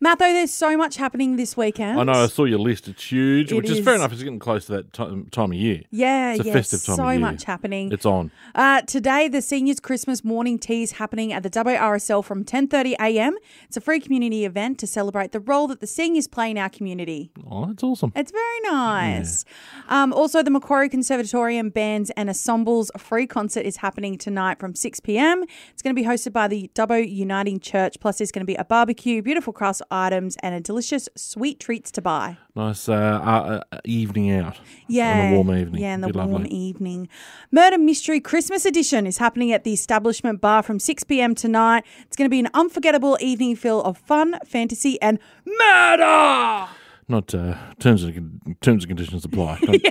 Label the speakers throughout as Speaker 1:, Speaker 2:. Speaker 1: Matho, there's so much happening this weekend.
Speaker 2: I know. I saw your list. It's huge,
Speaker 1: It
Speaker 2: which is. fair
Speaker 1: is.
Speaker 2: enough. It's getting close to that time, time of year.
Speaker 1: Yeah,
Speaker 2: It's a
Speaker 1: yeah,
Speaker 2: festive time
Speaker 1: so
Speaker 2: of year.
Speaker 1: much happening.
Speaker 2: It's on.
Speaker 1: Uh, today, the seniors' Christmas morning tea is happening at the WRSL from 10:30 a.m. It's a free community event to celebrate the role that the seniors play in our community.
Speaker 2: Oh, that's awesome.
Speaker 1: It's very nice. Um, also, the Macquarie Conservatorium Bands and Ensembles free concert is happening tonight from 6 p.m. It's going to be hosted by the Dubbo Uniting Church. Plus, there's going to be a barbecue, beautiful craft items, and a delicious sweet treats to buy.
Speaker 2: Nice uh, uh, uh, evening out.
Speaker 1: Yeah.
Speaker 2: On a warm evening.
Speaker 1: Yeah, in the
Speaker 2: Be
Speaker 1: warm
Speaker 2: lovely.
Speaker 1: evening. Murder Mystery Christmas Edition is happening at the Establishment Bar from 6 p.m. tonight. It's going to be an unforgettable evening filled of fun, fantasy, and murder.
Speaker 2: Not uh, terms and con- terms and conditions apply. Don't-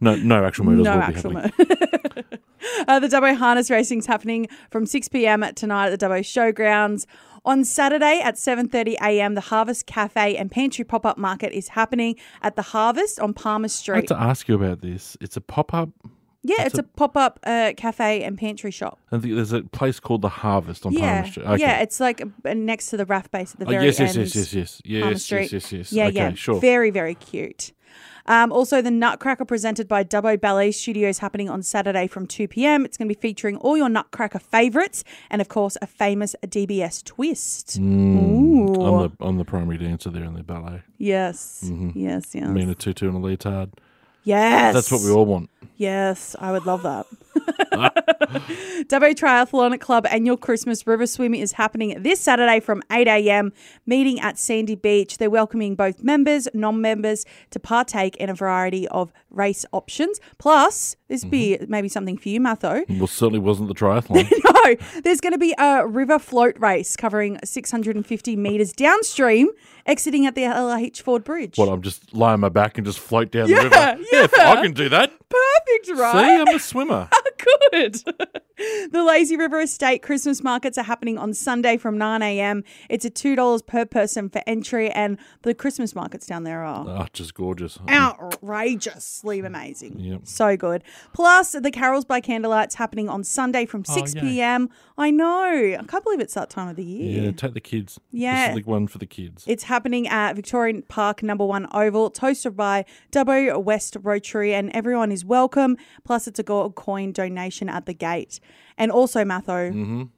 Speaker 2: No, no actual murders
Speaker 1: No
Speaker 2: will
Speaker 1: actual
Speaker 2: be happening.
Speaker 1: murder. uh, the Dubbo Harness Racing's happening from 6 p.m. tonight at the Dubbo Showgrounds. On Saturday at 7:30 a.m., the Harvest Cafe and Pantry Pop-Up Market is happening at the Harvest on Palmer
Speaker 2: I had
Speaker 1: Street.
Speaker 2: to ask you about this. It's a pop up.
Speaker 1: yeah, it's a, pop-up uh, cafe and pantry shop.
Speaker 2: I think there's a place called the Harvest on
Speaker 1: yeah,
Speaker 2: Palmer Street. Okay.
Speaker 1: yeah, it's like uh, next to the RAF base at the
Speaker 2: Oh,
Speaker 1: very
Speaker 2: yes,
Speaker 1: end.
Speaker 2: yes, yes, yes, yes,
Speaker 1: Palmer
Speaker 2: yes,
Speaker 1: Street.
Speaker 2: yes, yes, yes.
Speaker 1: Yeah,
Speaker 2: okay,
Speaker 1: yeah.
Speaker 2: sure.
Speaker 1: Very, very cute. Um, also, the Nutcracker presented by Dubbo Ballet Studios happening on Saturday from 2 p.m. It's going to be featuring all your Nutcracker favourites and, of course, a famous DBS twist. Ooh.
Speaker 2: Mm, I'm the I'm the primary dancer there in the ballet.
Speaker 1: yes.
Speaker 2: Mm-hmm.
Speaker 1: Yes, yes.
Speaker 2: Me in a tutu and a leotard.
Speaker 1: yes.
Speaker 2: That's what we all want.
Speaker 1: Yes, I would love that. Dubbo Triathlon Club annual Christmas river swim is happening this Saturday from 8 a.m. Meeting at Sandy Beach. They're welcoming both members, non-members to partake in a variety of race options. Plus, this would be
Speaker 2: Mm-hmm.
Speaker 1: maybe something for you, Matho.
Speaker 2: Well, certainly wasn't the triathlon.
Speaker 1: No, there's going to be a river float race covering 650 meters downstream, exiting at the LH Ford Bridge.
Speaker 2: what I'm just lie on my back and just float down the river.
Speaker 1: yeah.
Speaker 2: if I can do that.
Speaker 1: Perfect, right?
Speaker 2: See, I'm a swimmer.
Speaker 1: good. the Lazy River Estate Christmas markets are happening on Sunday from 9 a.m. It's a $2 per person for entry, and the Christmas markets down there are.
Speaker 2: oh, just gorgeous.
Speaker 1: Outrageously amazing.
Speaker 2: Yep.
Speaker 1: So good. Plus, the Carols by Candlelight's happening on Sunday from 6
Speaker 2: Oh, yay.
Speaker 1: p.m. I know. I can't believe it's that time of the year.
Speaker 2: Yeah, take the kids.
Speaker 1: Yeah.
Speaker 2: This is the one for the kids.
Speaker 1: It's happening at Victorian Park Number One Oval, toasted by Dubbo West Rotary, and everyone is welcome. Plus, it's a gold coin donation at the gate. And also, Matho,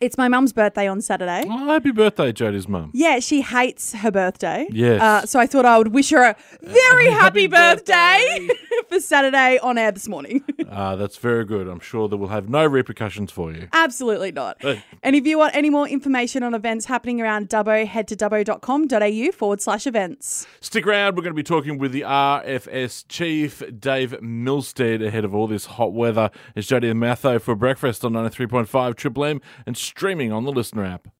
Speaker 1: it's my mum's birthday on Saturday.
Speaker 2: Oh, happy birthday, Jodie's mum.
Speaker 1: Yeah, she hates her birthday.
Speaker 2: Yes.
Speaker 1: Uh, so I thought I would wish her a very happy, birthday, for Saturday on air this morning.
Speaker 2: Uh, that's very good. I'm sure that will have no repercussions for you.
Speaker 1: Absolutely not.
Speaker 2: Hey.
Speaker 1: And if you want any more information on events happening around Dubbo, head to dubbo.com.au forward slash events.
Speaker 2: Stick around. We're going to be talking with the RFS chief, Dave Milstead, ahead of all this hot weather. It's Jodie and Matho for breakfast on 93.5 Triple M and streaming on the Listener app.